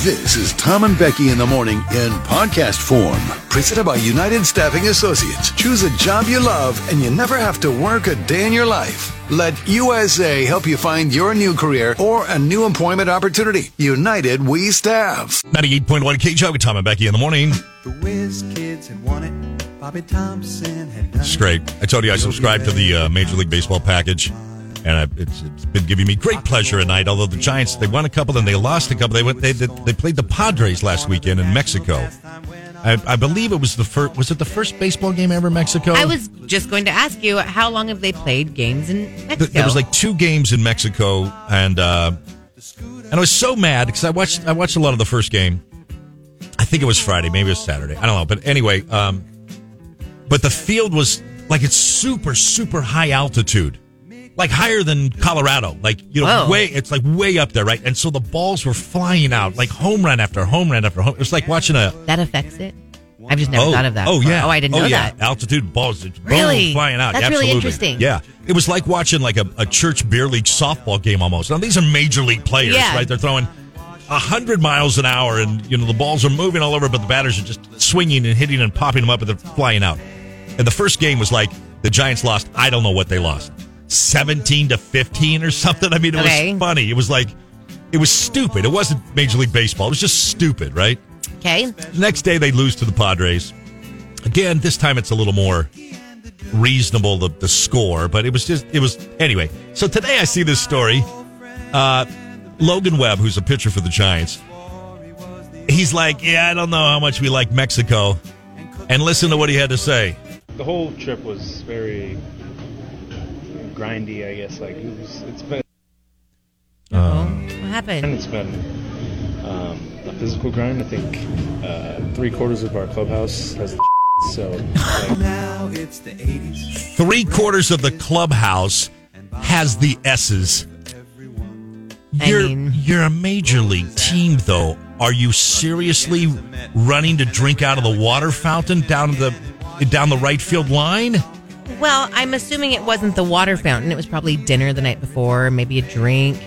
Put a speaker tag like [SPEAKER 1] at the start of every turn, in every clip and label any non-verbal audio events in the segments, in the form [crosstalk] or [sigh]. [SPEAKER 1] This is Tom and Becky in the morning in podcast form, presented by United Staffing Associates. Choose a job you love and you never have to work a day in your life. Let USA help you find your new career or a new employment opportunity. United We Staff.
[SPEAKER 2] 98.1 K Job Tom and Becky in the morning.
[SPEAKER 3] The whiz kids had won it. Bobby Thompson had done
[SPEAKER 2] It's great. I told you I subscribed to the uh, Major League Baseball package, and I, it's, it's been giving me great pleasure at night. Although the Giants, they won a couple and they lost a couple. They went, they they- they played the Padres last weekend in Mexico. I, I believe it was the first. Was it the first baseball game ever in Mexico?
[SPEAKER 4] I was just going to ask you how long have they played games in Mexico?
[SPEAKER 2] Th- There was like two games in Mexico, and uh, and I was so mad because I watched I watched a lot of the first game. I think it was Friday, maybe it was Saturday. I don't know, but anyway, um, but the field was like it's super super high altitude, like higher than Colorado, like you know
[SPEAKER 4] Whoa.
[SPEAKER 2] way it's like way up there, right? And so the balls were flying out like home run after home run after home. It was like watching a
[SPEAKER 4] that affects it. I've just never
[SPEAKER 2] oh,
[SPEAKER 4] thought of that.
[SPEAKER 2] Oh
[SPEAKER 4] before.
[SPEAKER 2] yeah.
[SPEAKER 4] Oh, I didn't know
[SPEAKER 2] yeah.
[SPEAKER 4] that.
[SPEAKER 2] Altitude balls, just boom,
[SPEAKER 4] Really?
[SPEAKER 2] flying out.
[SPEAKER 4] That's
[SPEAKER 2] Absolutely.
[SPEAKER 4] really interesting.
[SPEAKER 2] Yeah, it was like watching like a, a church beer league softball game almost. Now these are major league players,
[SPEAKER 4] Yeah.
[SPEAKER 2] right? They're throwing hundred miles an hour, and you know the balls are moving all over, but the batters are just swinging and hitting and popping them up, and they're flying out. And the first game was like the Giants lost. I don't know what they lost, seventeen to fifteen or something. I mean, it
[SPEAKER 4] Okay.
[SPEAKER 2] was funny. It was like. It was stupid. It wasn't Major League Baseball. It was just stupid, right?
[SPEAKER 4] Okay.
[SPEAKER 2] Next day they lose to the Padres. Again, this time it's a little more reasonable the, the score, but it was just it was anyway. So today I see this story. Uh, Logan Webb, who's a pitcher for the Giants, he's like, yeah, I don't know how much we like Mexico, and listen to what he had to say.
[SPEAKER 5] The whole trip was very grindy, I guess. Like it was, it's been
[SPEAKER 2] Oh.
[SPEAKER 4] What happened?
[SPEAKER 5] it's been um, a physical grind. I think uh, three quarters of our clubhouse has the [laughs] so like,
[SPEAKER 3] Now it's the 80s.
[SPEAKER 2] Three quarters of the clubhouse has the S's.
[SPEAKER 4] I
[SPEAKER 2] You're
[SPEAKER 4] mean-
[SPEAKER 2] you're a major league team, though. Are you seriously running to drink out of the water fountain down the down the right field line?
[SPEAKER 4] Well, I'm assuming it wasn't the water fountain. It was probably dinner the night before, maybe a drink.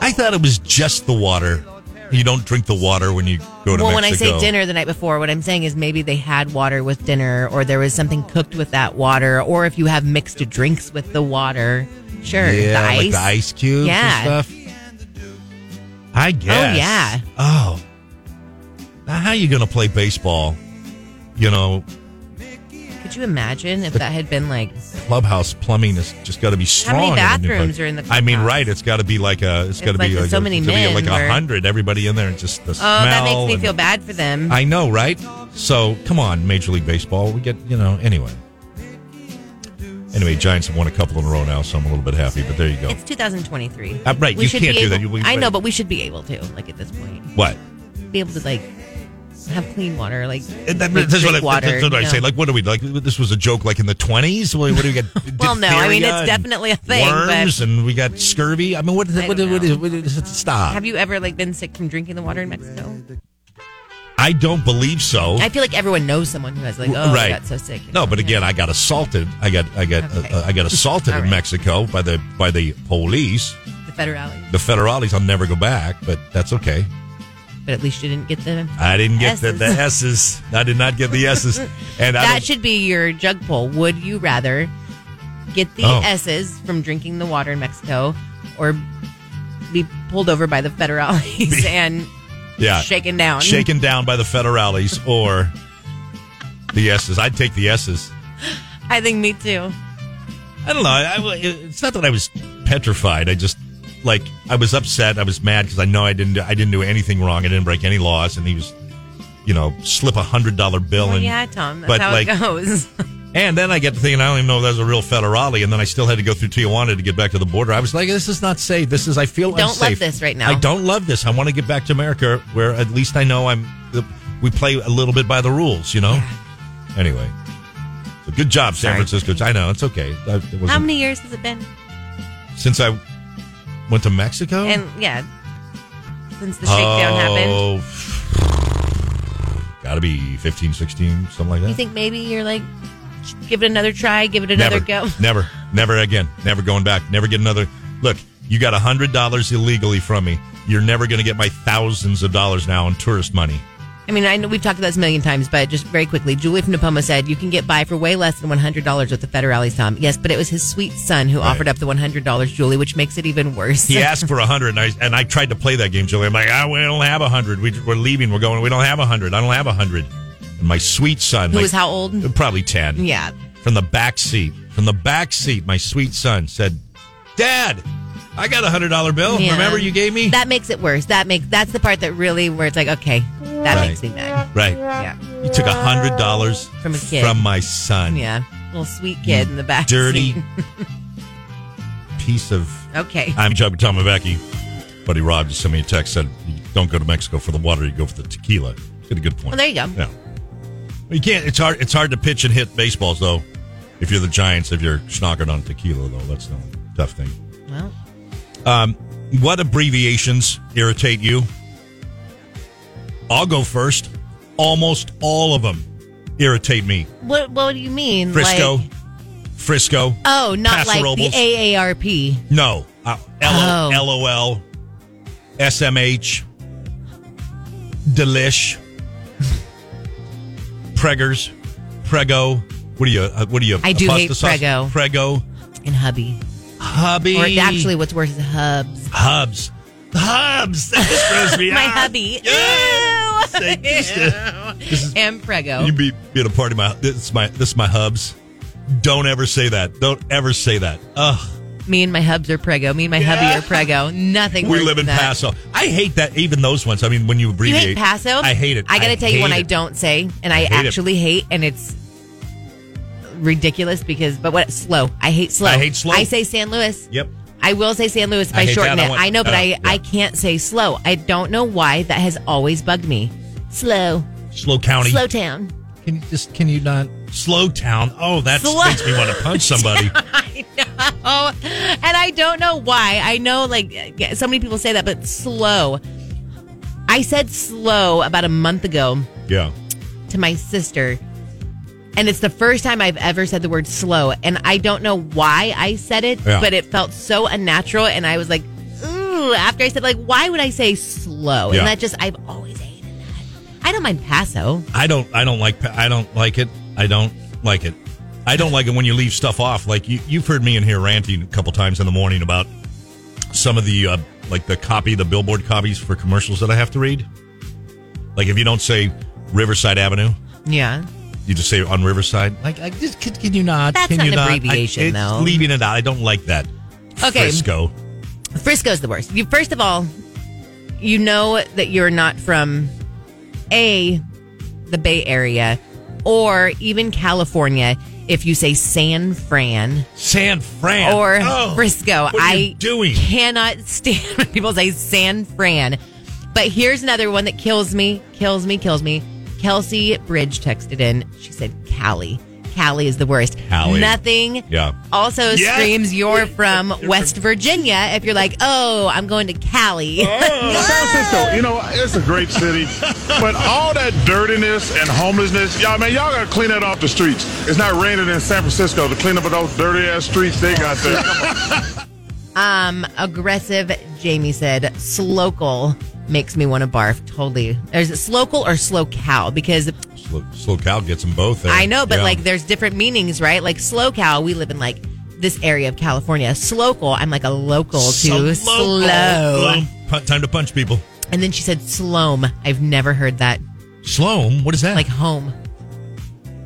[SPEAKER 2] I thought it was just the water. You don't drink the water when you go to Mexico.
[SPEAKER 4] well, when I say dinner the night before, what I'm saying is maybe they had water with dinner, or there was something cooked with that water, or if you have mixed drinks with the water. Sure.
[SPEAKER 2] yeah,
[SPEAKER 4] the ice.
[SPEAKER 2] like the ice cubes
[SPEAKER 4] Yeah.
[SPEAKER 2] and stuff. I guess.
[SPEAKER 4] yeah.
[SPEAKER 2] Oh. Now, how you going to play baseball? You know,
[SPEAKER 4] Could you imagine if that had been like
[SPEAKER 2] clubhouse plumbing has just got to be
[SPEAKER 4] How
[SPEAKER 2] strong.
[SPEAKER 4] many
[SPEAKER 2] in the new
[SPEAKER 4] bathrooms
[SPEAKER 2] place.
[SPEAKER 4] are in the
[SPEAKER 2] I mean,
[SPEAKER 4] clubhouse?
[SPEAKER 2] right? It's got to be like a. It's got to
[SPEAKER 4] like
[SPEAKER 2] be
[SPEAKER 4] there's
[SPEAKER 2] like
[SPEAKER 4] so
[SPEAKER 2] a-
[SPEAKER 4] many
[SPEAKER 2] it's gotta be
[SPEAKER 4] men
[SPEAKER 2] like a
[SPEAKER 4] where-
[SPEAKER 2] hundred. Everybody in there, and just the
[SPEAKER 4] Oh, that makes me
[SPEAKER 2] and-
[SPEAKER 4] feel bad for them.
[SPEAKER 2] I know, right? So come on, Major League Baseball. We get you know anyway. Anyway, Giants have won a couple in a row now, so I'm a little bit happy. But there you go.
[SPEAKER 4] It's 2023.
[SPEAKER 2] Uh, right, you
[SPEAKER 4] should
[SPEAKER 2] can't
[SPEAKER 4] be
[SPEAKER 2] do that.
[SPEAKER 4] able-
[SPEAKER 2] You- we-
[SPEAKER 4] I know, but we should be able to, like at this point,
[SPEAKER 2] What?
[SPEAKER 4] be able to like have clean water, like
[SPEAKER 2] And that-
[SPEAKER 4] like,
[SPEAKER 2] that's what, I,
[SPEAKER 4] drink water.
[SPEAKER 2] that's what I
[SPEAKER 4] you
[SPEAKER 2] say.
[SPEAKER 4] know.
[SPEAKER 2] Like, what are we like? This was a joke, like in the 20s. What, what do we get?
[SPEAKER 4] [laughs] Well, no, I mean,
[SPEAKER 2] Diphtheria
[SPEAKER 4] it's
[SPEAKER 2] and
[SPEAKER 4] definitely a thing, but-
[SPEAKER 2] Worms and we got scurvy. I mean, what?
[SPEAKER 4] I
[SPEAKER 2] What,
[SPEAKER 4] don't
[SPEAKER 2] what,
[SPEAKER 4] know.
[SPEAKER 2] is- what is it? Stop.
[SPEAKER 4] have you ever like been sick from drinking the water in Mexico?
[SPEAKER 2] I don't believe so.
[SPEAKER 4] I feel like everyone knows someone who has like, oh, I got so sick.
[SPEAKER 2] No, but again, I got assaulted. I got I got
[SPEAKER 4] Okay.
[SPEAKER 2] uh, I got assaulted
[SPEAKER 4] All
[SPEAKER 2] in
[SPEAKER 4] right.
[SPEAKER 2] Mexico by the by the police,
[SPEAKER 4] the federales,
[SPEAKER 2] the federales. I'll never go back, but that's okay.
[SPEAKER 4] but at least you didn't get them.
[SPEAKER 2] I didn't get the, the
[SPEAKER 4] S's.
[SPEAKER 2] S's. I did not get the S's, and I
[SPEAKER 4] That
[SPEAKER 2] don't-
[SPEAKER 4] should be your jug poll. Would you rather get the
[SPEAKER 2] Oh.
[SPEAKER 4] S's from drinking the water in Mexico, or be pulled over by the federales [laughs] and
[SPEAKER 2] yeah
[SPEAKER 4] shaken down?
[SPEAKER 2] shaken down by the federales or the S's. I'd take the S's.
[SPEAKER 4] I think me too.
[SPEAKER 2] I don't know. I, I- it's not that I was petrified. I just like I was upset. I was mad because I know I didn't. do- I didn't do anything wrong. I didn't break any laws, and he was, you know, slip a hundred dollar bill.
[SPEAKER 4] Well,
[SPEAKER 2] Oh, and
[SPEAKER 4] yeah, Tom, that's
[SPEAKER 2] but,
[SPEAKER 4] how
[SPEAKER 2] like- [laughs]
[SPEAKER 4] it goes.
[SPEAKER 2] and then I get to thinking I don't even know if that's a real federale, and then I still had to go through Tijuana to get back to the border. I was like, this is not safe. This is I feel
[SPEAKER 4] Don't love
[SPEAKER 2] unsafe.
[SPEAKER 4] this right now.
[SPEAKER 2] I don't love this. I want to get back to America, where at least I know I'm. We play a little bit by the rules, you know. Anyway, so good job, San
[SPEAKER 4] Sorry.
[SPEAKER 2] Francisco. I know it's okay. I, it wasn't-
[SPEAKER 4] How many years has it been?
[SPEAKER 2] since I went to Mexico.
[SPEAKER 4] And yeah, since the
[SPEAKER 2] Oh.
[SPEAKER 4] shakedown happened,
[SPEAKER 2] Gotta be 15, 16, something like that.
[SPEAKER 4] you think maybe you're like, give it another try, give it another
[SPEAKER 2] never,
[SPEAKER 4] go.
[SPEAKER 2] never, never again. Never going back. Never get another. Look, you got a hundred dollars illegally from me. You're never going to get my thousands of dollars now in tourist money.
[SPEAKER 4] I mean, I know we've talked about this a million times, but just very quickly, Julie from Napoma said you can get by for way less than one hundred dollars with the Federales, Tom. Yes, but it was his sweet son who offered up the one hundred dollars, Julie, which makes it even worse. [laughs]
[SPEAKER 2] He asked for a hundred, and I and I tried to play that game, Julie. I'm like, ah, we don't have a hundred. We, we're leaving. We're going. We don't have a hundred. I don't have a hundred. And my sweet son,
[SPEAKER 4] Who
[SPEAKER 2] like,
[SPEAKER 4] was how old?
[SPEAKER 2] Probably ten.
[SPEAKER 4] Yeah.
[SPEAKER 2] From the back seat, from the back seat, my sweet son said, "Dad, I got a hundred dollar bill.
[SPEAKER 4] Yeah.
[SPEAKER 2] Oh, Remember you gave me
[SPEAKER 4] That makes it worse. That makes that's the part that really where it's like, okay, that
[SPEAKER 2] Right.
[SPEAKER 4] makes me mad.
[SPEAKER 2] right.
[SPEAKER 4] Yeah,
[SPEAKER 2] You took a hundred dollars
[SPEAKER 4] From a kid.
[SPEAKER 2] from my son.
[SPEAKER 4] yeah, little sweet kid in the back,
[SPEAKER 2] dirty
[SPEAKER 4] [laughs] seat.
[SPEAKER 2] piece of.
[SPEAKER 4] Okay,
[SPEAKER 2] I'm Chubby Tom Mavacki. Buddy Rob just sent me a text said, "You "Don't go to Mexico for the water. You go for the tequila." It's got a good point.
[SPEAKER 4] Well, there you go.
[SPEAKER 2] Yeah. You can't. It's hard. It's hard to pitch and hit baseballs though. If you're the Giants, if you're schnockered on tequila though, that's the only tough thing.
[SPEAKER 4] well,
[SPEAKER 2] Um, what abbreviations irritate you? I'll go first. Almost all of them irritate me.
[SPEAKER 4] what what do you mean,
[SPEAKER 2] Frisco,
[SPEAKER 4] Like,
[SPEAKER 2] Frisco.
[SPEAKER 4] oh, not
[SPEAKER 2] Paso
[SPEAKER 4] like
[SPEAKER 2] Robles.
[SPEAKER 4] the AARP.
[SPEAKER 2] No. Uh, LO,
[SPEAKER 4] Oh.
[SPEAKER 2] LOL, SMH, Delish, Preggers, Prego. What are you? Uh, what are you?
[SPEAKER 4] I do
[SPEAKER 2] a pasta
[SPEAKER 4] hate
[SPEAKER 2] sauce?
[SPEAKER 4] Prego.
[SPEAKER 2] Prego,
[SPEAKER 4] And hubby,
[SPEAKER 2] hubby.
[SPEAKER 4] or actually, what's worse is hubs.
[SPEAKER 2] hubs, hubs. That just throws me
[SPEAKER 4] [laughs] My
[SPEAKER 2] out.
[SPEAKER 4] hubby.
[SPEAKER 2] Yes.
[SPEAKER 4] Ew.
[SPEAKER 2] Thank
[SPEAKER 4] [laughs]
[SPEAKER 2] you, Steph. This is-
[SPEAKER 4] And Prego.
[SPEAKER 2] You be, be at a party. My this is my this is my hubs. Don't ever say that. Don't ever say that. Ugh.
[SPEAKER 4] Me and my hubs are Prego. Me and my hubby are Prego. Nothing.
[SPEAKER 2] We
[SPEAKER 4] worse
[SPEAKER 2] live
[SPEAKER 4] than
[SPEAKER 2] in
[SPEAKER 4] that.
[SPEAKER 2] Paso. I hate that. Even those ones. I mean, when you
[SPEAKER 4] You
[SPEAKER 2] abbreviate
[SPEAKER 4] hate Paso?
[SPEAKER 2] I hate it.
[SPEAKER 4] I gotta tell you
[SPEAKER 2] hate
[SPEAKER 4] one I
[SPEAKER 2] it.
[SPEAKER 4] don't say, and
[SPEAKER 2] hate
[SPEAKER 4] I,
[SPEAKER 2] it.
[SPEAKER 4] actually hate, and it's ridiculous because. But what slow? I hate slow.
[SPEAKER 2] I hate slow.
[SPEAKER 4] I say San Luis.
[SPEAKER 2] Yep.
[SPEAKER 4] I will say San Luis if
[SPEAKER 2] I
[SPEAKER 4] I,
[SPEAKER 2] hate
[SPEAKER 4] shorten
[SPEAKER 2] that. I
[SPEAKER 4] it.
[SPEAKER 2] want-
[SPEAKER 4] I know, but
[SPEAKER 2] uh,
[SPEAKER 4] I
[SPEAKER 2] yeah.
[SPEAKER 4] I can't say slow. I don't know why that has always bugged me. Slow,
[SPEAKER 2] Slow County.
[SPEAKER 4] slow town. [laughs]
[SPEAKER 2] Can you just? Can you not? Slow Town. Oh, that
[SPEAKER 4] Slow-
[SPEAKER 2] makes me want to
[SPEAKER 4] [laughs]
[SPEAKER 2] punch somebody.
[SPEAKER 4] I know, and I don't know why. I know, like yeah, so many people say that, but slow. I said slow about a month ago.
[SPEAKER 2] yeah.
[SPEAKER 4] to my sister. And it's the first time I've ever said the word slow. And I don't know why I said it,
[SPEAKER 2] Yeah.
[SPEAKER 4] but it felt so unnatural. And I was like, ooh, after I said, like, why would I say slow?
[SPEAKER 2] Yeah.
[SPEAKER 4] And that just, I've always hated that. I don't mind Paso.
[SPEAKER 2] I don't. I don't like. pa- I don't like it. I don't like it. I don't like it when you leave stuff off. Like you, you've heard me in here ranting a couple times in the morning about some of the uh, like the copy, the billboard copies for commercials that I have to read. Like if you don't say Riverside Avenue,
[SPEAKER 4] Yeah.
[SPEAKER 2] you just say on Riverside. Like, I just can, can you not?
[SPEAKER 4] That's
[SPEAKER 2] can
[SPEAKER 4] not
[SPEAKER 2] you
[SPEAKER 4] an
[SPEAKER 2] not? I-
[SPEAKER 4] abbreviation,
[SPEAKER 2] it's
[SPEAKER 4] though.
[SPEAKER 2] Leaving it out. I don't like that.
[SPEAKER 4] Okay.
[SPEAKER 2] Frisco.
[SPEAKER 4] Frisco's the worst. You first of all, you know that you're not from A the Bay Area or even California if you say San Fran.
[SPEAKER 2] San Fran
[SPEAKER 4] or
[SPEAKER 2] Oh,
[SPEAKER 4] Frisco.
[SPEAKER 2] What are
[SPEAKER 4] I
[SPEAKER 2] you doing?
[SPEAKER 4] cannot stand [laughs] when people say San Fran. But here's another one that kills me, kills me, kills me. Kelsey Bridge texted in. She said Cali. Cali is the worst.
[SPEAKER 2] Cali.
[SPEAKER 4] Nothing.
[SPEAKER 2] Yeah.
[SPEAKER 4] Also
[SPEAKER 2] Yeah.
[SPEAKER 4] screams
[SPEAKER 2] [laughs]
[SPEAKER 4] you're from West Virginia if you're like, oh, I'm going to Cali.
[SPEAKER 6] San Francisco, you know, it's a great city, but all that dirtiness and homelessness, y'all, man, y'all gotta clean that off the streets. It's not raining in San Francisco. The clean up of those dirty ass streets they got there.
[SPEAKER 4] Um, aggressive Jamie said Slocal makes me want to barf. Totally. There's Slocal or Slocal because
[SPEAKER 2] Slow, slow cow gets them both. There.
[SPEAKER 4] I know, but
[SPEAKER 2] Yeah.
[SPEAKER 4] like there's different meanings, right? Like slow cow, we live in like this area of California. Slocal, I'm like a local to
[SPEAKER 2] So local.
[SPEAKER 4] Oh, slow.
[SPEAKER 2] Slow. Pu- Time to punch people.
[SPEAKER 4] And then she said slome. I've never heard that.
[SPEAKER 2] Sloan. What is that?
[SPEAKER 4] Like home.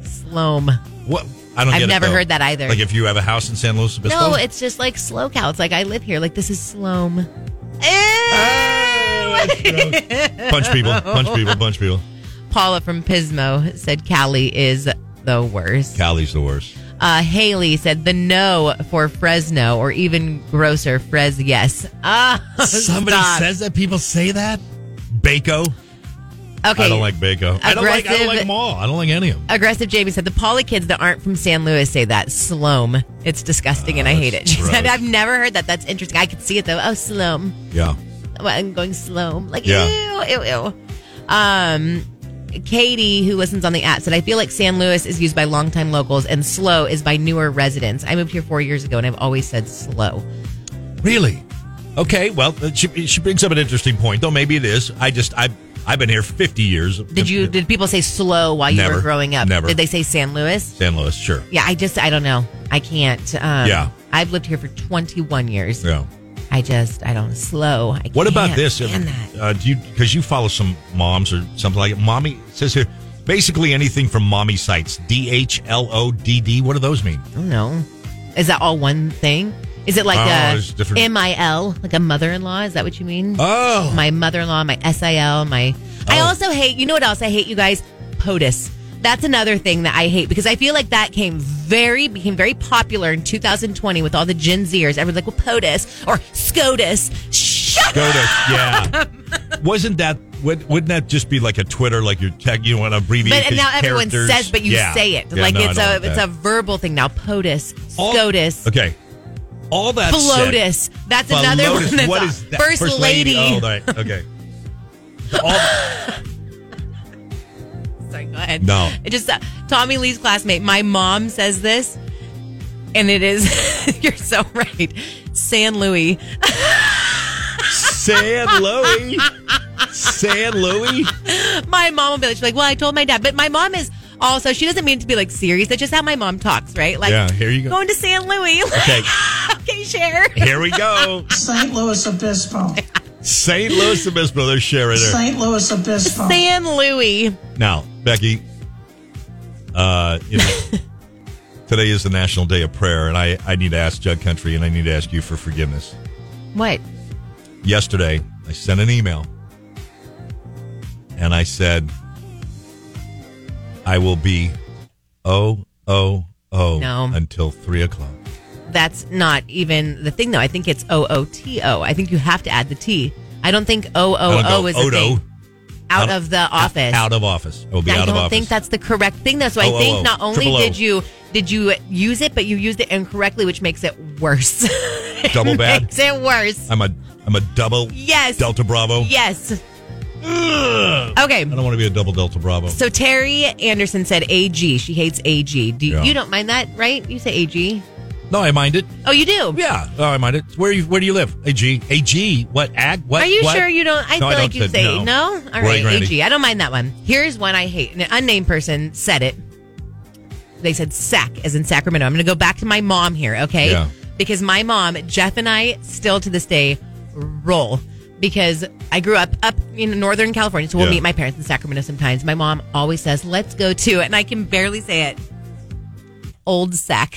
[SPEAKER 4] Slome.
[SPEAKER 2] what? I don't.
[SPEAKER 4] I've
[SPEAKER 2] get it,
[SPEAKER 4] never
[SPEAKER 2] though.
[SPEAKER 4] heard that either.
[SPEAKER 2] Like if you have a house in San Luis Obispo. [laughs]
[SPEAKER 4] No, it's just like slow cow. It's like I live here. Like this is slome.
[SPEAKER 2] Ah!
[SPEAKER 4] Eh!
[SPEAKER 2] Oh, that's gross. punch people. Punch people. Punch people.
[SPEAKER 4] Paula from Pismo said Cali is the worst.
[SPEAKER 2] Cali's the worst.
[SPEAKER 4] Uh, Haley said the no for Fresno or even grosser Fres yes. Ah, [laughs]
[SPEAKER 2] Somebody
[SPEAKER 4] stop.
[SPEAKER 2] says that. People say that. Baco.
[SPEAKER 4] Okay.
[SPEAKER 2] I don't like Baco. I don't like. I don't
[SPEAKER 4] Aggressive-
[SPEAKER 2] like them all. I don't like any of them.
[SPEAKER 4] Aggressive Jamie said the Polly kids that aren't from San Luis say that. Slome. It's disgusting and I hate it. [laughs] She said,
[SPEAKER 2] gross.
[SPEAKER 4] I've never heard that. That's interesting. I could see it though. Oh, slome.
[SPEAKER 2] Yeah.
[SPEAKER 4] Well, I'm going slome. Like,
[SPEAKER 2] Yeah.
[SPEAKER 4] ew, ew, ew. Um, Katie, who listens on the app, said, I feel like San Luis is used by longtime locals and slow is by newer residents. I moved here four years ago and I've always said slow.
[SPEAKER 2] Really? Okay, well, uh, she, she brings up an interesting point, though. Maybe it is. I just I I've been here fifty years.
[SPEAKER 4] Did you? Did people say slow while you
[SPEAKER 2] Never.
[SPEAKER 4] were growing up?
[SPEAKER 2] Never.
[SPEAKER 4] Did they say San Luis?
[SPEAKER 2] San Luis? Sure.
[SPEAKER 4] Yeah, I just I don't know. I can't. Um,
[SPEAKER 2] Yeah.
[SPEAKER 4] I've lived here for 21 years.
[SPEAKER 2] Yeah.
[SPEAKER 4] I just I don't slow. I
[SPEAKER 2] What about
[SPEAKER 4] can't
[SPEAKER 2] this?
[SPEAKER 4] stand that.
[SPEAKER 2] Uh, do you because you follow some moms or something like it? Mommy it says here basically anything from mommy sites. D H L O D D. What do those mean?
[SPEAKER 4] I don't know. Is that all one thing? Is it like
[SPEAKER 2] Oh, it's
[SPEAKER 4] a
[SPEAKER 2] different.
[SPEAKER 4] MIL, like a mother-in-law? Is that what you mean?
[SPEAKER 2] Oh,
[SPEAKER 4] my mother-in-law, my SIL, my. I
[SPEAKER 2] Oh.
[SPEAKER 4] also hate. You know what else I hate? You guys, POTUS. That's another thing that I hate because I feel like that came very became very popular in 2020 with all the Gen Zers. Everyone's like, "Well, POTUS or SCOTUS." Shut
[SPEAKER 2] go to
[SPEAKER 4] [laughs]
[SPEAKER 2] yeah. Wasn't that? Would, wouldn't that just be like a Twitter, like your tech? You want to abbreviate?
[SPEAKER 4] But now everyone
[SPEAKER 2] characters?
[SPEAKER 4] says, but you
[SPEAKER 2] Yeah.
[SPEAKER 4] say it
[SPEAKER 2] Yeah,
[SPEAKER 4] like
[SPEAKER 2] no, I
[SPEAKER 4] it's
[SPEAKER 2] don't
[SPEAKER 4] a
[SPEAKER 2] like
[SPEAKER 4] it's
[SPEAKER 2] that.
[SPEAKER 4] a verbal thing now. POTUS,
[SPEAKER 2] All-
[SPEAKER 4] SCOTUS,
[SPEAKER 2] Okay. All that said-
[SPEAKER 4] Flotus. That's another
[SPEAKER 2] Lotus,
[SPEAKER 4] one. That's
[SPEAKER 2] what
[SPEAKER 4] a-
[SPEAKER 2] is that?
[SPEAKER 4] First, lady.
[SPEAKER 2] Oh, all right. Okay. All-
[SPEAKER 4] [laughs] Sorry, go ahead.
[SPEAKER 2] No.
[SPEAKER 4] It just uh, Tommy Lee's classmate. My mom says this, and it is. [laughs] you're so right. San Luis.
[SPEAKER 2] San Louis.
[SPEAKER 4] [laughs]
[SPEAKER 2] San Louis.
[SPEAKER 4] My mom will be like, she's like, well, I told my dad, but my mom is also. She doesn't mean to be like serious. That's just how my mom talks, right? Like,
[SPEAKER 2] Yeah, here you go.
[SPEAKER 4] Going to San Luis. [laughs]
[SPEAKER 2] Okay.
[SPEAKER 4] okay, share.
[SPEAKER 2] Here we go.
[SPEAKER 7] St. Louis Obispo.
[SPEAKER 2] St. Louis Obispo. There's Sherry there.
[SPEAKER 7] St. Louis Obispo.
[SPEAKER 4] San Luis.
[SPEAKER 2] Now, Becky, uh, you
[SPEAKER 4] [laughs]
[SPEAKER 2] know, today is the National Day of Prayer, and I, I need to ask Jug Country and I need to ask you for forgiveness.
[SPEAKER 4] What?
[SPEAKER 2] yesterday I sent an email and I said I will be O O O
[SPEAKER 4] No.
[SPEAKER 2] until three o'clock.
[SPEAKER 4] that's not even the thing though. I think it's O O T O. I think you have to add the T. I don't think O O
[SPEAKER 2] I don't
[SPEAKER 4] Oh, O
[SPEAKER 2] go,
[SPEAKER 4] is
[SPEAKER 2] "Odo."
[SPEAKER 4] a thing. Out,
[SPEAKER 2] Out-
[SPEAKER 4] of the office.
[SPEAKER 2] Out of office. I will be
[SPEAKER 4] I
[SPEAKER 2] out
[SPEAKER 4] don't
[SPEAKER 2] of office.
[SPEAKER 4] think that's the correct thing. That's why I think
[SPEAKER 2] OOO,
[SPEAKER 4] not only
[SPEAKER 2] triple O.
[SPEAKER 4] did you did you use it, but you used it incorrectly, which makes it worse. [laughs] It
[SPEAKER 2] Double bad?
[SPEAKER 4] Makes it worse.
[SPEAKER 2] I'm a I'm a double
[SPEAKER 4] Yes.
[SPEAKER 2] Delta Bravo.
[SPEAKER 4] Yes.
[SPEAKER 2] Oh. Ugh.
[SPEAKER 4] Okay.
[SPEAKER 2] I don't want to be a double Delta Bravo.
[SPEAKER 4] So Terry Anderson said AG. She hates AG. Do,
[SPEAKER 2] Yeah.
[SPEAKER 4] You don't mind that, right? You say AG.
[SPEAKER 2] no, I mind it.
[SPEAKER 4] Oh, you do.
[SPEAKER 2] Yeah. Oh, I mind it. Where you where do you live? AG. AG. What ag? What?
[SPEAKER 4] Are you
[SPEAKER 2] what?
[SPEAKER 4] sure you don't? I
[SPEAKER 2] No,
[SPEAKER 4] feel
[SPEAKER 2] don't
[SPEAKER 4] like you say no. All
[SPEAKER 2] Roy
[SPEAKER 4] right,
[SPEAKER 2] Grandy.
[SPEAKER 4] AG. I don't mind that one. Here's one I hate. An unnamed person said it. They said SAC as in Sacramento. I'm going to go back to my mom here, okay?
[SPEAKER 2] Yeah.
[SPEAKER 4] Because my mom, Jeff, and I still to this day roll because I grew up up in Northern California, so we'll
[SPEAKER 2] Yeah.
[SPEAKER 4] meet my parents in Sacramento sometimes. My mom always says, "Let's go to," and I can barely say it. Old [laughs] Sac.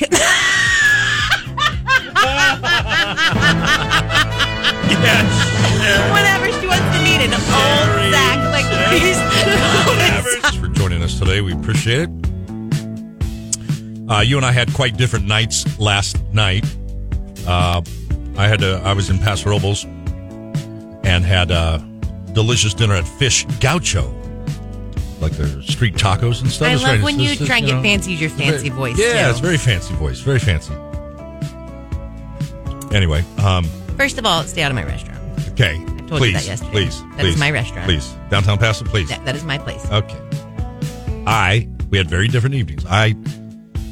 [SPEAKER 2] Yes.
[SPEAKER 4] Whenever she wants to meet an old Sac, like please.
[SPEAKER 2] Thanks for joining us today. We appreciate it. Uh, you and I had quite different nights last night. Uh, I had to, I was in Paso Robles and had a delicious dinner at Fish Gaucho, like their street tacos and stuff.
[SPEAKER 4] I
[SPEAKER 2] It's
[SPEAKER 4] love
[SPEAKER 2] very-
[SPEAKER 4] when
[SPEAKER 2] it's-
[SPEAKER 4] you
[SPEAKER 2] it's-
[SPEAKER 4] try and get
[SPEAKER 2] know,
[SPEAKER 4] fancy. Use your
[SPEAKER 2] it's very-
[SPEAKER 4] fancy voice.
[SPEAKER 2] Yeah,
[SPEAKER 4] too.
[SPEAKER 2] it's very fancy voice, very fancy. Anyway, um,
[SPEAKER 4] First of all, stay out of my restaurant.
[SPEAKER 2] okay,
[SPEAKER 4] told
[SPEAKER 2] please,
[SPEAKER 4] you that yesterday.
[SPEAKER 2] please,
[SPEAKER 4] That is
[SPEAKER 2] please,
[SPEAKER 4] my restaurant.
[SPEAKER 2] Please, downtown Paso, please.
[SPEAKER 4] That, that is my place.
[SPEAKER 2] Okay. I we had very different evenings. I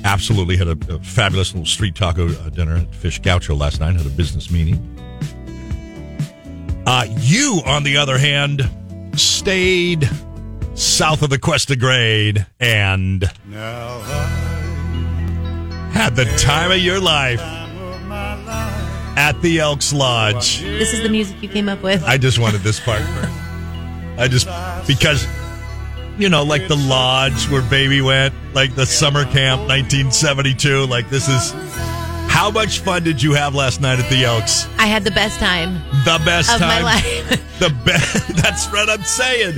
[SPEAKER 2] absolutely had a, a fabulous little street taco uh, dinner at Fish Gaucho last night. Had a business meeting. Uh, you, on the other hand, stayed south of the Cuesta Grade and
[SPEAKER 1] Now I
[SPEAKER 2] had the time of your life
[SPEAKER 1] am my life.
[SPEAKER 2] at the Elks Lodge.
[SPEAKER 4] This is the music you came up with.
[SPEAKER 2] I just wanted this part first. I just because you know, like the lodge where baby went, like the summer camp 1972, like this is how much fun did you have last night at the Elks?
[SPEAKER 4] I had the best time
[SPEAKER 2] The best
[SPEAKER 4] of my
[SPEAKER 2] time.
[SPEAKER 4] life. [laughs]
[SPEAKER 2] The best [laughs] that's what I'm saying.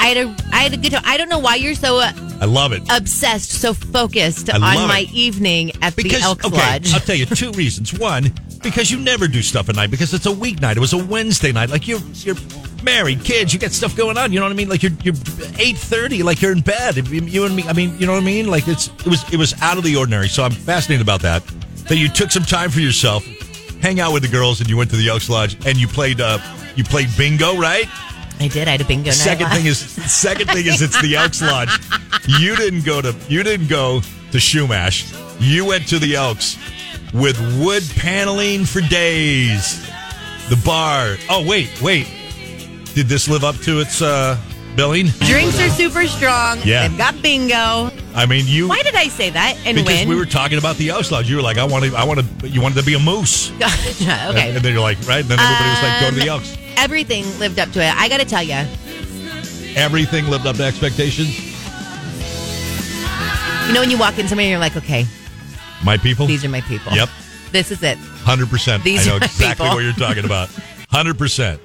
[SPEAKER 4] I had a I had a good time. I don't know why you're so uh,
[SPEAKER 2] I love it.
[SPEAKER 4] obsessed, so focused
[SPEAKER 2] I
[SPEAKER 4] on
[SPEAKER 2] love
[SPEAKER 4] my
[SPEAKER 2] it.
[SPEAKER 4] evening at the Elks
[SPEAKER 2] okay, uh,
[SPEAKER 4] Lodge.
[SPEAKER 2] I'll tell you two reasons. One, because you never do stuff at night because it's a weeknight. It was a Wednesday night. Like you're you're married, kids, you got stuff going on. You know what I mean? Like you're you're eight thirty, like you're in bed. You and me. I mean, you know what I mean? Like it's it was it was out of the ordinary. So I'm fascinated about that. That you took some time for yourself, hang out with the girls, and you went to the Elks Lodge and you played uh you played bingo, right?
[SPEAKER 4] I did. I had a bingo night.
[SPEAKER 2] Second
[SPEAKER 4] last-
[SPEAKER 2] thing is second thing is it's the Elks Lodge. You didn't go to you didn't go to Shumash. You went to the Elks with wood paneling for days. The bar. Oh, wait, wait. Did this live up to its uh, billing?
[SPEAKER 4] Drinks are super strong.
[SPEAKER 2] Yeah.
[SPEAKER 4] They've got bingo.
[SPEAKER 2] I mean, you.
[SPEAKER 4] Why did I say that and
[SPEAKER 2] because
[SPEAKER 4] when?
[SPEAKER 2] we
[SPEAKER 4] [laughs]
[SPEAKER 2] were talking about the Ouse Lodge. You were like, I want to, I want to, you wanted to be a moose.
[SPEAKER 4] Gotcha, okay.
[SPEAKER 2] And, and then you're like, right? And then everybody was like, go to the
[SPEAKER 4] Um,
[SPEAKER 2] Elks.
[SPEAKER 4] Everything lived up to it. I got to tell you.
[SPEAKER 2] Everything lived up to expectations.
[SPEAKER 4] You know when you walk in somewhere and you're like, okay,
[SPEAKER 2] My people?
[SPEAKER 4] these are my people.
[SPEAKER 2] Yep.
[SPEAKER 4] This is it.
[SPEAKER 2] 100%.
[SPEAKER 4] These
[SPEAKER 2] I know
[SPEAKER 4] are my
[SPEAKER 2] exactly
[SPEAKER 4] people.
[SPEAKER 2] what you're talking about. 100%.
[SPEAKER 4] Uh,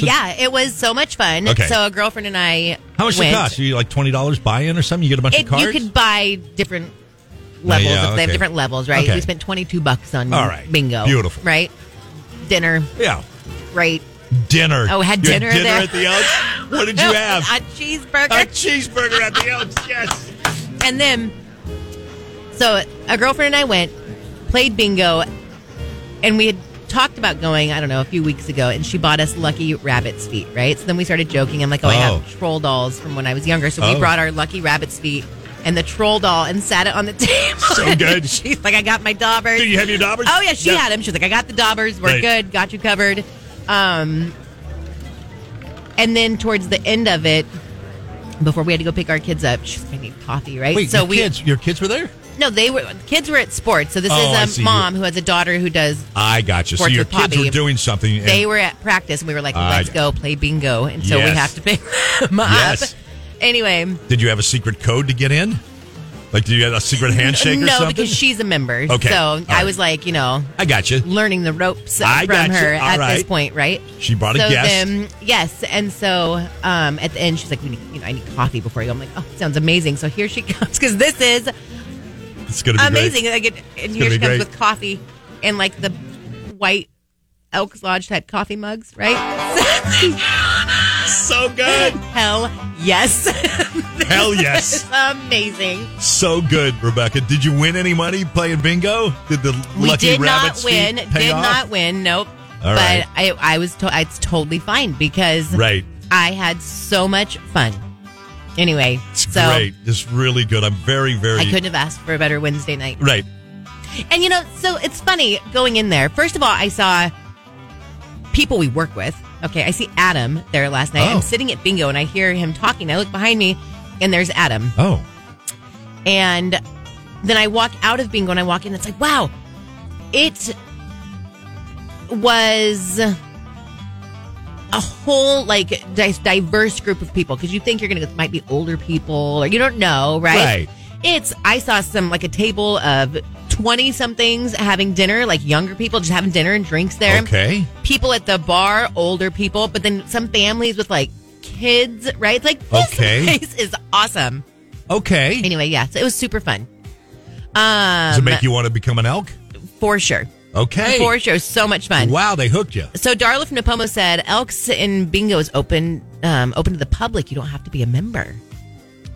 [SPEAKER 4] yeah, it was so much fun.
[SPEAKER 2] Okay.
[SPEAKER 4] So a girlfriend and I
[SPEAKER 2] How much did
[SPEAKER 4] went.
[SPEAKER 2] it cost? Are you like $20 buy in or something? You get a bunch of
[SPEAKER 4] It,
[SPEAKER 2] cards? Uh,
[SPEAKER 4] you could buy different levels.
[SPEAKER 2] yeah,
[SPEAKER 4] if They have
[SPEAKER 2] okay.
[SPEAKER 4] different levels, right?
[SPEAKER 2] Okay.
[SPEAKER 4] We spent 22 bucks on
[SPEAKER 2] All right.
[SPEAKER 4] bingo.
[SPEAKER 2] Beautiful.
[SPEAKER 4] Right? Dinner,
[SPEAKER 2] yeah.
[SPEAKER 4] right?
[SPEAKER 2] Dinner.
[SPEAKER 4] Oh, had
[SPEAKER 2] You
[SPEAKER 4] dinner
[SPEAKER 2] dinner
[SPEAKER 4] there.
[SPEAKER 2] at the Elks? What did
[SPEAKER 4] [laughs]
[SPEAKER 2] you have?
[SPEAKER 4] A cheeseburger.
[SPEAKER 2] A cheeseburger at the Elks, yes.
[SPEAKER 4] And then, so a girlfriend and I went, played bingo, and we had talked about going, I don't know, a few weeks ago, and she bought us lucky rabbit's feet, right? So then we started joking. I'm like, oh, I
[SPEAKER 2] Oh.
[SPEAKER 4] have troll dolls from when I was younger. So
[SPEAKER 2] Oh.
[SPEAKER 4] we brought our lucky rabbit's feet and the troll doll and sat it on the [laughs] table.
[SPEAKER 2] So good.
[SPEAKER 4] [laughs] She's like, I got my daubers.
[SPEAKER 2] Do you have your daubers?
[SPEAKER 4] Oh yeah, she had him. She's like, I got the daubers. We're
[SPEAKER 2] Right.
[SPEAKER 4] good. Got you covered. Um, and then towards the end of it, before we had to go pick our kids up, she's like, I need coffee, right?
[SPEAKER 2] Wait,
[SPEAKER 4] so
[SPEAKER 2] your
[SPEAKER 4] we
[SPEAKER 2] kids, your kids were there?
[SPEAKER 4] no, they were kids were at sports. So this
[SPEAKER 2] Oh, I
[SPEAKER 4] is
[SPEAKER 2] see.
[SPEAKER 4] a mom who has a daughter who does.
[SPEAKER 2] I got you. So
[SPEAKER 4] Sports
[SPEAKER 2] your
[SPEAKER 4] with
[SPEAKER 2] kids
[SPEAKER 4] Poppy.
[SPEAKER 2] were doing something. and-
[SPEAKER 4] They were at practice, and we were like,
[SPEAKER 2] Ah,
[SPEAKER 4] let's
[SPEAKER 2] yeah.
[SPEAKER 4] go play bingo, and so
[SPEAKER 2] Yes.
[SPEAKER 4] we have to pick [laughs] them up.
[SPEAKER 2] Yes.
[SPEAKER 4] Anyway.
[SPEAKER 2] Did you have a secret code to get in? Like, do you have a secret handshake or
[SPEAKER 4] no,
[SPEAKER 2] something?
[SPEAKER 4] because she's a member.
[SPEAKER 2] Okay.
[SPEAKER 4] So
[SPEAKER 2] All
[SPEAKER 4] I
[SPEAKER 2] right.
[SPEAKER 4] was like, you know,
[SPEAKER 2] I got you.
[SPEAKER 4] learning the ropes
[SPEAKER 2] I
[SPEAKER 4] from
[SPEAKER 2] gotcha.
[SPEAKER 4] her
[SPEAKER 2] All
[SPEAKER 4] at this
[SPEAKER 2] right.
[SPEAKER 4] point, right?
[SPEAKER 2] She brought a
[SPEAKER 4] so
[SPEAKER 2] guest.
[SPEAKER 4] Then, yes, and so um, at the end, she's like, "We need, you know, I need coffee before I go." I'm like, "Oh, sounds amazing!" So here she [laughs] comes because this is
[SPEAKER 2] It's gonna be great.
[SPEAKER 4] amazing. Like, it, and
[SPEAKER 2] gonna
[SPEAKER 4] here
[SPEAKER 2] be
[SPEAKER 4] she comes
[SPEAKER 2] great.
[SPEAKER 4] with coffee and like the white Elks Lodge type coffee mugs, right?
[SPEAKER 2] So good.
[SPEAKER 4] [laughs] Hell yes, [laughs]
[SPEAKER 2] Hell yes.
[SPEAKER 4] amazing.
[SPEAKER 2] So good, Rebecca. Did you win any money playing bingo? Did the
[SPEAKER 4] we
[SPEAKER 2] lucky
[SPEAKER 4] did not
[SPEAKER 2] rabbit's
[SPEAKER 4] win.
[SPEAKER 2] feet pay
[SPEAKER 4] Did
[SPEAKER 2] off?
[SPEAKER 4] not win. Nope.
[SPEAKER 2] All
[SPEAKER 4] but
[SPEAKER 2] right.
[SPEAKER 4] I, I was, to- it's totally fine because
[SPEAKER 2] Right.
[SPEAKER 4] I had so much fun. Anyway,
[SPEAKER 2] It's
[SPEAKER 4] so
[SPEAKER 2] great. It's really good. I'm very, very
[SPEAKER 4] I couldn't have asked for a better Wednesday night.
[SPEAKER 2] right.
[SPEAKER 4] And you know, so it's funny going in there. First of all, I saw people we work with. Okay, I see Adam there last night.
[SPEAKER 2] Oh.
[SPEAKER 4] I'm sitting at bingo and I hear him talking. I look behind me and there's Adam.
[SPEAKER 2] Oh,
[SPEAKER 4] And then I walk out of bingo and I walk in. It's like, wow, it was a whole like di- diverse group of people because you think you're gonna it might be older people or you don't know, right?
[SPEAKER 2] Right.
[SPEAKER 4] It's I saw some like a table of twenty somethings having dinner, like younger people just having dinner and drinks there.
[SPEAKER 2] okay.
[SPEAKER 4] People at the bar, older people, but then some families with like kids, right? It's like this
[SPEAKER 2] Okay.
[SPEAKER 4] [laughs] place is awesome.
[SPEAKER 2] Okay.
[SPEAKER 4] Anyway, yeah, so it was super fun. Um,
[SPEAKER 2] Does it make you want to become an elk?
[SPEAKER 4] for sure,
[SPEAKER 2] Okay.
[SPEAKER 4] for sure, so much fun.
[SPEAKER 2] Wow, they hooked you.
[SPEAKER 4] So Darla from Napomo said, "Elks and Bingo is open, um, open to the public. You don't have to be a member."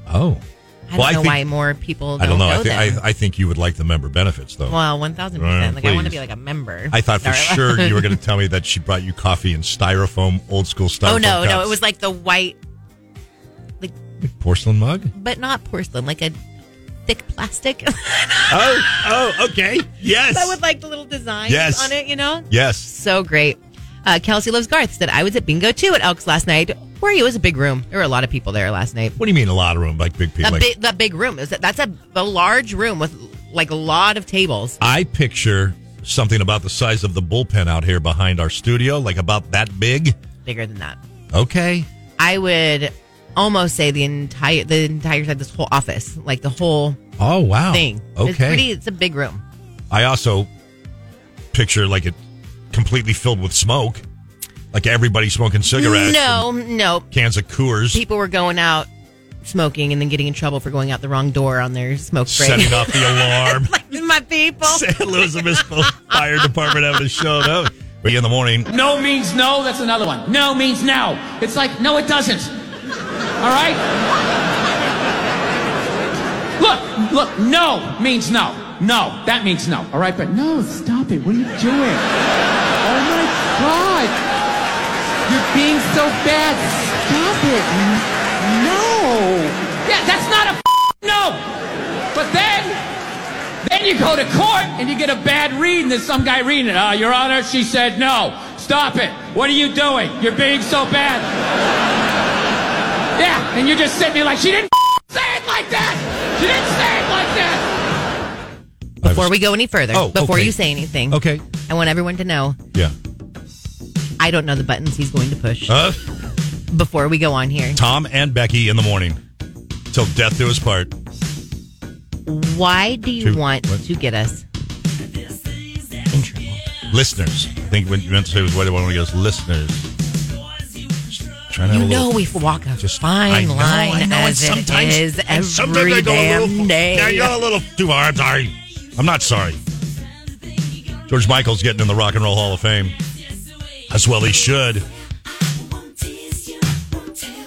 [SPEAKER 2] Oh.
[SPEAKER 4] I don't
[SPEAKER 2] Well, I
[SPEAKER 4] know
[SPEAKER 2] think-
[SPEAKER 4] why more people. Don't
[SPEAKER 2] I don't know. I,
[SPEAKER 4] them.
[SPEAKER 2] think, I, I think you would like the member benefits, though.
[SPEAKER 4] well, one thousand percent.
[SPEAKER 2] Uh,
[SPEAKER 4] Like I want to
[SPEAKER 2] please.
[SPEAKER 4] be like a member.
[SPEAKER 2] I thought for
[SPEAKER 4] Darla.
[SPEAKER 2] sure you were
[SPEAKER 4] [laughs]
[SPEAKER 2] going to tell me that she brought you coffee in styrofoam, old school styrofoam.
[SPEAKER 4] oh no, no,
[SPEAKER 2] cups.
[SPEAKER 4] it was like the white,
[SPEAKER 2] porcelain mug.
[SPEAKER 4] but not porcelain, like a thick plastic, [laughs]
[SPEAKER 2] Oh, oh, okay. Yes.
[SPEAKER 4] but with like the little designs
[SPEAKER 2] Yes.
[SPEAKER 4] on it. You know,
[SPEAKER 2] yes.
[SPEAKER 4] so great. Uh, Kelsey loves Garth said, "I was at bingo too at Elks last night. Where you? It was a big room. There were a lot of people there last night.
[SPEAKER 2] What do you mean a lot of room, like big people?
[SPEAKER 4] A
[SPEAKER 2] Like,
[SPEAKER 4] big, the big room. It was, that's a, a large room with like a lot of tables.
[SPEAKER 2] I picture something about the size of the bullpen out here behind our studio, like about that big.
[SPEAKER 4] Bigger than that.
[SPEAKER 2] Okay.
[SPEAKER 4] I would almost say the entire the entire side, this whole office, like the whole
[SPEAKER 2] Oh wow.
[SPEAKER 4] thing.
[SPEAKER 2] Okay.
[SPEAKER 4] It's pretty. It's a big room.
[SPEAKER 2] I also picture like it completely filled with smoke, like everybody smoking cigarettes,
[SPEAKER 4] No, no.
[SPEAKER 2] and cans of Coors,
[SPEAKER 4] People were going out smoking and then getting in trouble for going out the wrong door on their smoke break.
[SPEAKER 2] setting off the alarm.
[SPEAKER 4] like [laughs] my people.
[SPEAKER 2] San Luis
[SPEAKER 4] [laughs]
[SPEAKER 2] Obispo Fire Department having a show up. Three in the morning.
[SPEAKER 8] No means no, that's another one. No means no. It's like, no, it doesn't. All right? Look, look, no means no. No, that means no. All right, but no, stop it. What are you doing? Oh my God. You're being so bad. Stop it. No. Yeah, that's not a f- no. But then, then you go go to court and you get a bad read and there's some guy reading it. Uh, Your Honor, she said no. Stop it. What are you doing? You're being so bad. yeah, and you're just sitting there like, she didn't say it like that. She didn't say it like that.
[SPEAKER 4] Before we go any further,
[SPEAKER 2] Oh,
[SPEAKER 4] before
[SPEAKER 2] okay.
[SPEAKER 4] you say anything,
[SPEAKER 2] Okay.
[SPEAKER 4] I want everyone to know
[SPEAKER 2] Yeah.
[SPEAKER 4] I don't know the buttons he's going to push
[SPEAKER 2] Uh,
[SPEAKER 4] before we go on here.
[SPEAKER 2] Tom and Becky in the morning. Till death do us part.
[SPEAKER 4] Why do you
[SPEAKER 2] Two-
[SPEAKER 4] want
[SPEAKER 2] what?
[SPEAKER 4] to get us in trouble?
[SPEAKER 2] Listeners. I think what you meant to say was what I want to get us listeners. Just Trying to have
[SPEAKER 4] You
[SPEAKER 2] a
[SPEAKER 4] know
[SPEAKER 2] little,
[SPEAKER 4] we walk a
[SPEAKER 2] just- I
[SPEAKER 4] fine
[SPEAKER 2] know,
[SPEAKER 4] line
[SPEAKER 2] I know, and
[SPEAKER 4] as it
[SPEAKER 2] sometimes,
[SPEAKER 4] is
[SPEAKER 2] and
[SPEAKER 4] every
[SPEAKER 2] sometimes I go a
[SPEAKER 4] damn
[SPEAKER 2] little,
[SPEAKER 4] day.
[SPEAKER 2] Yeah, you're a little too hard. I'm sorry. I'm not sorry. George Michael's getting in the Rock and Roll Hall of Fame. As well he should.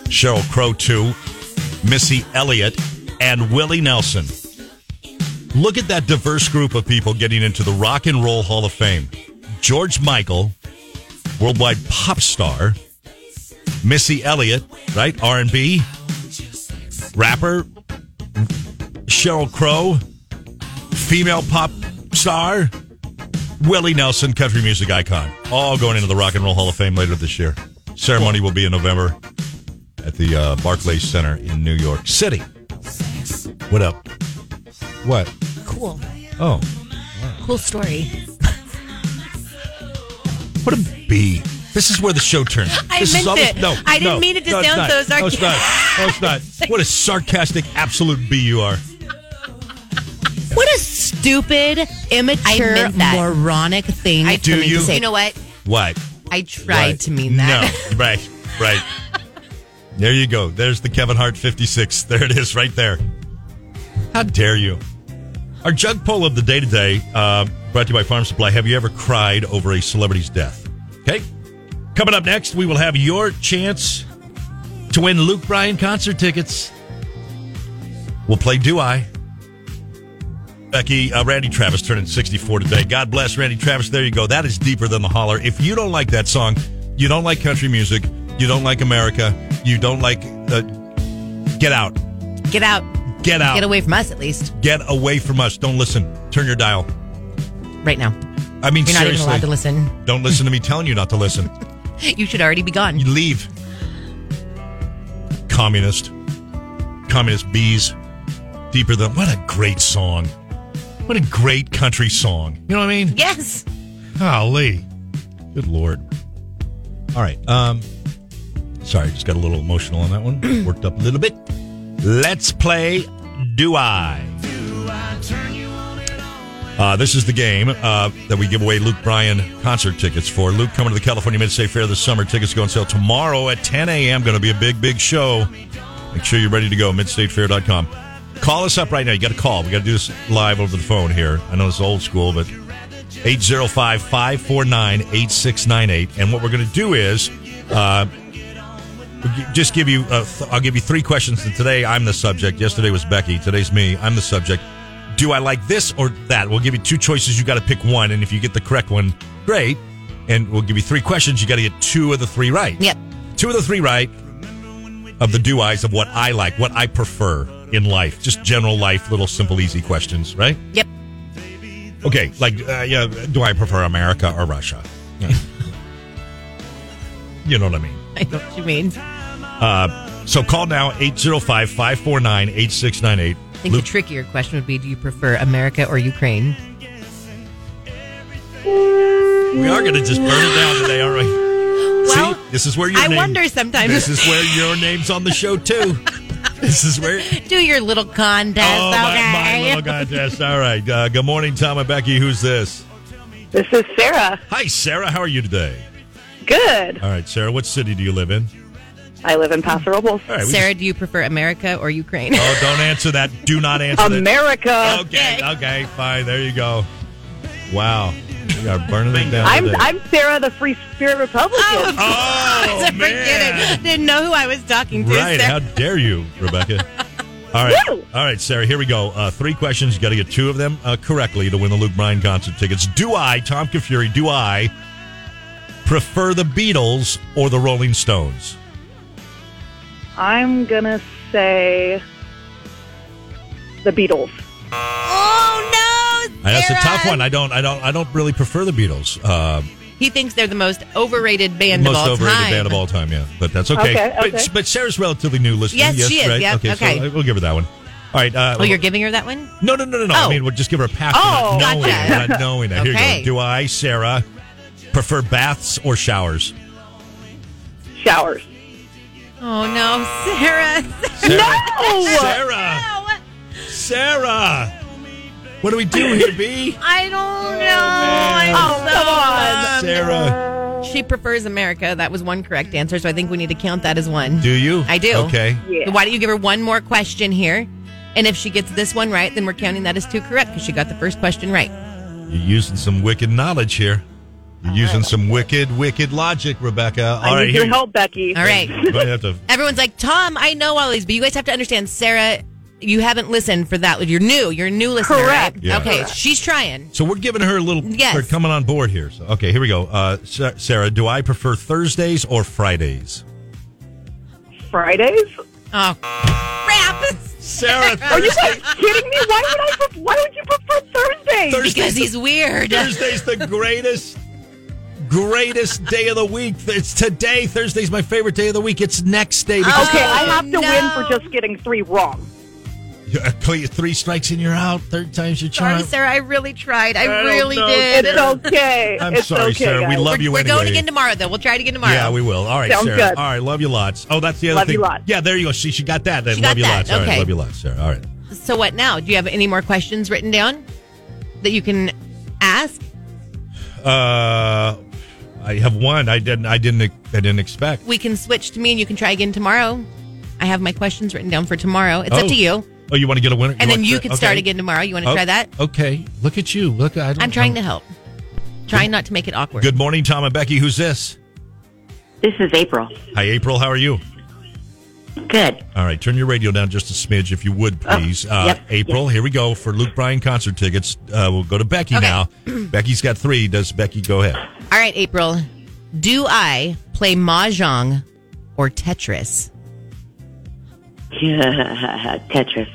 [SPEAKER 2] Cheryl Crow too, Missy Elliott, and Willie Nelson. Look at that diverse group of people getting into the Rock and Roll Hall of Fame. George Michael, worldwide pop star. Missy Elliott, right? R&B rapper. Cheryl Crow, female pop star. Willie Nelson, country music icon. All going into the Rock and Roll Hall of Fame later this year. Ceremony will be in November at the uh, Barclays Center in New York City. What up? What?
[SPEAKER 4] Cool.
[SPEAKER 2] Oh,
[SPEAKER 4] Cool story.
[SPEAKER 2] what a B. This is where the show turns.
[SPEAKER 4] [gasps] I
[SPEAKER 2] this is
[SPEAKER 4] meant
[SPEAKER 2] always,
[SPEAKER 4] it.
[SPEAKER 2] No,
[SPEAKER 4] I didn't
[SPEAKER 2] no,
[SPEAKER 4] mean it to
[SPEAKER 2] no, it's
[SPEAKER 4] sound
[SPEAKER 2] not.
[SPEAKER 4] so
[SPEAKER 2] No, it's not. No, it's
[SPEAKER 4] [laughs]
[SPEAKER 2] not. What a sarcastic, absolute B you are.
[SPEAKER 4] What a stupid, immature, moronic thing I,
[SPEAKER 2] Do you?
[SPEAKER 4] You know what?
[SPEAKER 2] What?
[SPEAKER 4] I tried
[SPEAKER 2] Right.
[SPEAKER 4] to mean that.
[SPEAKER 2] No, right, right. there you go. There's the Kevin Hart 56. There it is, right there. How dare you? Our jug poll of the day today, uh, brought to you by Farm Supply. Have you ever cried over a celebrity's death? Okay. Coming up next, we will have your chance to win Luke Bryan concert tickets. We'll play Do I. Becky, uh, Randy Travis turning 64 today. God bless Randy Travis. There you go. That is deeper than the holler. If you don't like that song, you don't like country music, you don't like America, you don't like. Uh, get out.
[SPEAKER 4] [laughs] Get out.
[SPEAKER 2] Get out.
[SPEAKER 4] Get away from us, at least,
[SPEAKER 2] Get away from us. Don't listen. Turn your dial.
[SPEAKER 4] right now.
[SPEAKER 2] I mean,
[SPEAKER 4] You're not even
[SPEAKER 2] seriously.
[SPEAKER 4] allowed to listen.
[SPEAKER 2] Don't listen to me telling you not to listen.
[SPEAKER 4] You should already be gone.
[SPEAKER 2] You leave. Communist. Communist bees. Deeper than. What a great song. What a great country song. You know what I mean?
[SPEAKER 4] Yes.
[SPEAKER 2] Golly. Good lord. All right. Um sorry, just got a little emotional on that one. Worked up a little bit. Let's play Do I? Uh, this is the game uh, that we give away Luke Bryan concert tickets for. Luke coming to the California Midstate Fair this summer. Tickets go on sale tomorrow at 10 a.m. Going to be a big, big show. Make sure you're ready to go. MidstateFair.com. Call us up right now. You got to call. We got to do this live over the phone here. I know it's old school, but 805-549-8698 and what we're going to do is uh, just give you uh, th- i'll give you three questions and today i'm the subject yesterday was becky today's me i'm the subject do i like this or that we'll give you two choices you got to pick one and if you get the correct one great and we'll give you three questions you got to get two of the three right
[SPEAKER 4] Yep.
[SPEAKER 2] two of the three right of the do i's of what i like what i prefer in life just general life little simple easy questions right
[SPEAKER 4] Yep. [laughs]
[SPEAKER 2] Okay, like, uh, yeah, do I prefer America or Russia? [laughs] Yeah. you know what I mean.
[SPEAKER 4] I know what you mean.
[SPEAKER 2] Uh, so call now 805 549
[SPEAKER 4] I
[SPEAKER 2] 8698.
[SPEAKER 4] think
[SPEAKER 2] Luke,
[SPEAKER 4] the trickier question would be: Do you prefer America or Ukraine?
[SPEAKER 2] we are going to just burn it down today, aren't we?
[SPEAKER 4] Well,
[SPEAKER 2] See, this is where your
[SPEAKER 4] I
[SPEAKER 2] name-
[SPEAKER 4] wonder sometimes.
[SPEAKER 2] This is where your name's on the show,
[SPEAKER 4] [laughs]
[SPEAKER 2] too. this is where.
[SPEAKER 4] Do your little contest,
[SPEAKER 2] Oh, my, my
[SPEAKER 4] okay?
[SPEAKER 2] little contest. All right. Uh, good morning, Tom and Becky. Who's this?
[SPEAKER 9] This is Sarah.
[SPEAKER 2] Hi, Sarah. How are you today?
[SPEAKER 9] Good.
[SPEAKER 2] All right, Sarah, what city do you live in?
[SPEAKER 9] I live in Paso Robles.
[SPEAKER 2] All right, we
[SPEAKER 4] Sarah, do you prefer America or Ukraine? [laughs]
[SPEAKER 2] just- oh, don't answer that. Do not answer that.
[SPEAKER 9] America.
[SPEAKER 2] Okay, okay, fine. There you go. Wow. We are burning it down.
[SPEAKER 9] I'm
[SPEAKER 2] today.
[SPEAKER 9] [laughs] I'm Sarah, the Free Spirit Republican.
[SPEAKER 2] oh,
[SPEAKER 4] I
[SPEAKER 2] man.
[SPEAKER 4] [laughs] forget it. Didn't know who I was talking to.
[SPEAKER 2] Right.
[SPEAKER 4] Sarah.
[SPEAKER 2] How dare you,
[SPEAKER 4] [laughs]
[SPEAKER 2] Rebecca? All right.
[SPEAKER 9] Woo!
[SPEAKER 2] All right, Sarah, here we go. Uh, three questions. You got to get two of them uh, correctly to win the Luke Bryan concert tickets. Do I, Tom Kafuri, do I prefer the Beatles or the Rolling Stones?
[SPEAKER 9] I'm gonna say the Beatles.
[SPEAKER 4] Oh
[SPEAKER 2] I know it's a tough
[SPEAKER 4] Aaron.
[SPEAKER 2] one. I don't. I don't. I don't really prefer the Beatles. Uh,
[SPEAKER 4] He thinks they're the most overrated band
[SPEAKER 2] most
[SPEAKER 4] of all
[SPEAKER 2] overrated
[SPEAKER 4] time.
[SPEAKER 2] band of all time. Yeah, but that's okay.
[SPEAKER 9] Okay, okay.
[SPEAKER 2] But, but Sarah's relatively new listener.
[SPEAKER 4] Yes, she is.
[SPEAKER 2] Right?
[SPEAKER 4] Yep,
[SPEAKER 2] Okay,
[SPEAKER 4] okay.
[SPEAKER 2] so I- we'll give her that one. All right. Uh,
[SPEAKER 4] Oh, you're giving her that one?
[SPEAKER 2] no, no, no, no, no. I
[SPEAKER 4] Oh.
[SPEAKER 2] mean, we'll just give her a pass.
[SPEAKER 9] Oh,
[SPEAKER 2] for not knowing,
[SPEAKER 4] gotcha.
[SPEAKER 9] [laughs]
[SPEAKER 2] it, not knowing it. Here
[SPEAKER 4] Okay.
[SPEAKER 2] you go. Do I, Sarah, prefer baths or showers?
[SPEAKER 9] Showers.
[SPEAKER 4] Oh no,
[SPEAKER 2] [laughs]
[SPEAKER 4] Sarah.
[SPEAKER 2] Sarah,
[SPEAKER 9] No!
[SPEAKER 2] Sarah,
[SPEAKER 4] No,
[SPEAKER 2] Sarah. What do we do here,
[SPEAKER 9] [laughs]
[SPEAKER 2] B?
[SPEAKER 4] I
[SPEAKER 2] Oh,
[SPEAKER 4] don't know.
[SPEAKER 9] Oh,
[SPEAKER 4] I'm so
[SPEAKER 9] come on.
[SPEAKER 4] bummed.
[SPEAKER 2] Sarah,
[SPEAKER 4] She prefers America. That was one correct answer, so I think we need to count that as one.
[SPEAKER 2] do you?
[SPEAKER 4] I do.
[SPEAKER 2] Okay.
[SPEAKER 9] Yeah.
[SPEAKER 4] Why don't you give her one more question here? And if she gets this one right, then we're counting that as two correct because she got the first question right.
[SPEAKER 2] You're using some wicked knowledge here. You're using some wicked, wicked logic, Rebecca. All
[SPEAKER 9] I
[SPEAKER 2] right,
[SPEAKER 9] need
[SPEAKER 2] here
[SPEAKER 9] your
[SPEAKER 2] you-
[SPEAKER 9] help, Becky.
[SPEAKER 4] All right.
[SPEAKER 2] You might have to.
[SPEAKER 4] Everyone's like, Tom, I know all these, but you guys have to understand, Sarah, you haven't listened for that. You're new. You're a new listener.
[SPEAKER 9] Correct.
[SPEAKER 4] right?
[SPEAKER 2] Yeah.
[SPEAKER 4] Okay, she's trying.
[SPEAKER 2] So we're giving her a little.
[SPEAKER 4] Yes.
[SPEAKER 2] We're coming on board here. So okay, here we go. Uh, Sa- Sarah, do I prefer Thursdays or
[SPEAKER 9] [laughs]
[SPEAKER 2] Fridays?
[SPEAKER 9] Fridays?
[SPEAKER 4] Oh, crap.
[SPEAKER 2] Sarah,
[SPEAKER 9] Are you
[SPEAKER 2] Thursdays.
[SPEAKER 9] guys kidding me? Why would I? Pre- why would you prefer Thursdays?
[SPEAKER 4] Because he's weird.
[SPEAKER 2] Thursday's the greatest, greatest day of the week. It's today. Thursday's my favorite day of the week. It's next day. Because
[SPEAKER 9] okay, I have to
[SPEAKER 4] no.
[SPEAKER 9] win for just getting three wrong.
[SPEAKER 2] You- uh, three strikes and you're out. Third time's your charm.
[SPEAKER 4] Sorry, Sarah. I really tried. I,
[SPEAKER 2] don't
[SPEAKER 4] really
[SPEAKER 2] know,
[SPEAKER 4] did.
[SPEAKER 9] It's okay.
[SPEAKER 2] I'm
[SPEAKER 9] it's
[SPEAKER 2] sorry,
[SPEAKER 9] okay,
[SPEAKER 2] Sarah.
[SPEAKER 9] Guys.
[SPEAKER 2] We love
[SPEAKER 4] we're,
[SPEAKER 2] you
[SPEAKER 4] We're
[SPEAKER 2] anyway.
[SPEAKER 4] going again tomorrow, though. We'll try it again tomorrow.
[SPEAKER 2] Yeah, we will. All right,
[SPEAKER 9] Sounds
[SPEAKER 2] Sarah.
[SPEAKER 9] good.
[SPEAKER 2] All right, love you lots. Oh, that's the other
[SPEAKER 9] Love
[SPEAKER 2] thing.
[SPEAKER 9] you lots.
[SPEAKER 2] Yeah, there you go. She she got that. Then
[SPEAKER 4] She
[SPEAKER 2] love
[SPEAKER 4] got
[SPEAKER 2] you
[SPEAKER 4] that.
[SPEAKER 2] lots. All right,
[SPEAKER 4] Okay.
[SPEAKER 2] love you lots, Sarah. All right.
[SPEAKER 4] So what now? Do you have any more questions written down that you can ask?
[SPEAKER 2] Uh, I have one. I didn't. I didn't. I didn't expect.
[SPEAKER 4] We can switch to me, and you can try again tomorrow. I have my questions written down for tomorrow. It's
[SPEAKER 2] Oh.
[SPEAKER 4] up to you,
[SPEAKER 2] Oh, you want to get a winner?
[SPEAKER 4] and then
[SPEAKER 2] want
[SPEAKER 4] you
[SPEAKER 2] to-
[SPEAKER 4] can start
[SPEAKER 2] okay.
[SPEAKER 4] again tomorrow. You want to
[SPEAKER 2] Oh,
[SPEAKER 4] try that?
[SPEAKER 2] Okay. Look at you. Look. I don't,
[SPEAKER 4] I'm trying
[SPEAKER 2] know.
[SPEAKER 4] to help. Trying not to make it awkward.
[SPEAKER 2] Good morning, Tom and Becky. Who's this?
[SPEAKER 10] This is April.
[SPEAKER 2] Hi, April. How are you?
[SPEAKER 10] Good.
[SPEAKER 2] All right, turn your radio down just a smidge, if you would,
[SPEAKER 4] Oh,
[SPEAKER 2] please. uh,
[SPEAKER 10] yep,
[SPEAKER 2] April, here we go for Luke Bryan concert tickets. Uh, we'll go to Becky
[SPEAKER 4] Okay. [clears throat]
[SPEAKER 2] now. Becky's got three. Does Becky go
[SPEAKER 4] [laughs]
[SPEAKER 2] ahead?
[SPEAKER 4] All right, April. Do I play mahjong or Tetris?
[SPEAKER 10] [laughs] Tetris.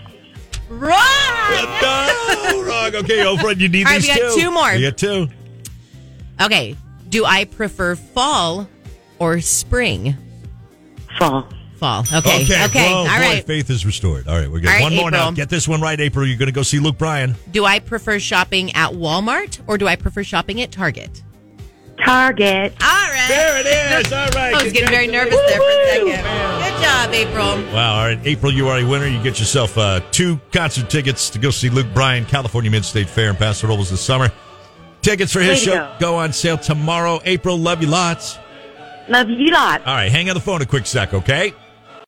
[SPEAKER 4] Right.
[SPEAKER 2] no, wrong. Okay, Oprah, you need
[SPEAKER 4] All right,
[SPEAKER 2] these
[SPEAKER 4] we got two more.
[SPEAKER 2] You got two.
[SPEAKER 4] Okay. Do I prefer fall or spring?
[SPEAKER 10] Fall.
[SPEAKER 4] Fall. Okay.
[SPEAKER 2] Okay.
[SPEAKER 4] Okay.
[SPEAKER 2] Whoa,
[SPEAKER 4] All
[SPEAKER 2] boy,
[SPEAKER 4] right.
[SPEAKER 2] Faith is restored. All right, we're good.
[SPEAKER 4] All right,
[SPEAKER 2] one more now.
[SPEAKER 4] April.
[SPEAKER 2] Get this one right, April. You're going to go see Luke
[SPEAKER 4] [laughs]
[SPEAKER 2] Bryan.
[SPEAKER 4] Do I prefer shopping at Walmart or do I prefer shopping at Target?
[SPEAKER 10] Target.
[SPEAKER 4] All right.
[SPEAKER 2] There it is. All right.
[SPEAKER 4] I was getting very nervous there for a second. Good job, April.
[SPEAKER 2] Wow. All right, April, you are a winner. You get yourself uh, two concert tickets to go see Luke Bryan, California Mid-State Fair in Paso Robles this summer. Tickets for his
[SPEAKER 10] Way to
[SPEAKER 2] show
[SPEAKER 10] go.
[SPEAKER 2] go on sale tomorrow. April, love you lots.
[SPEAKER 10] Love you lot.
[SPEAKER 2] All right, hang on the phone a quick sec, okay?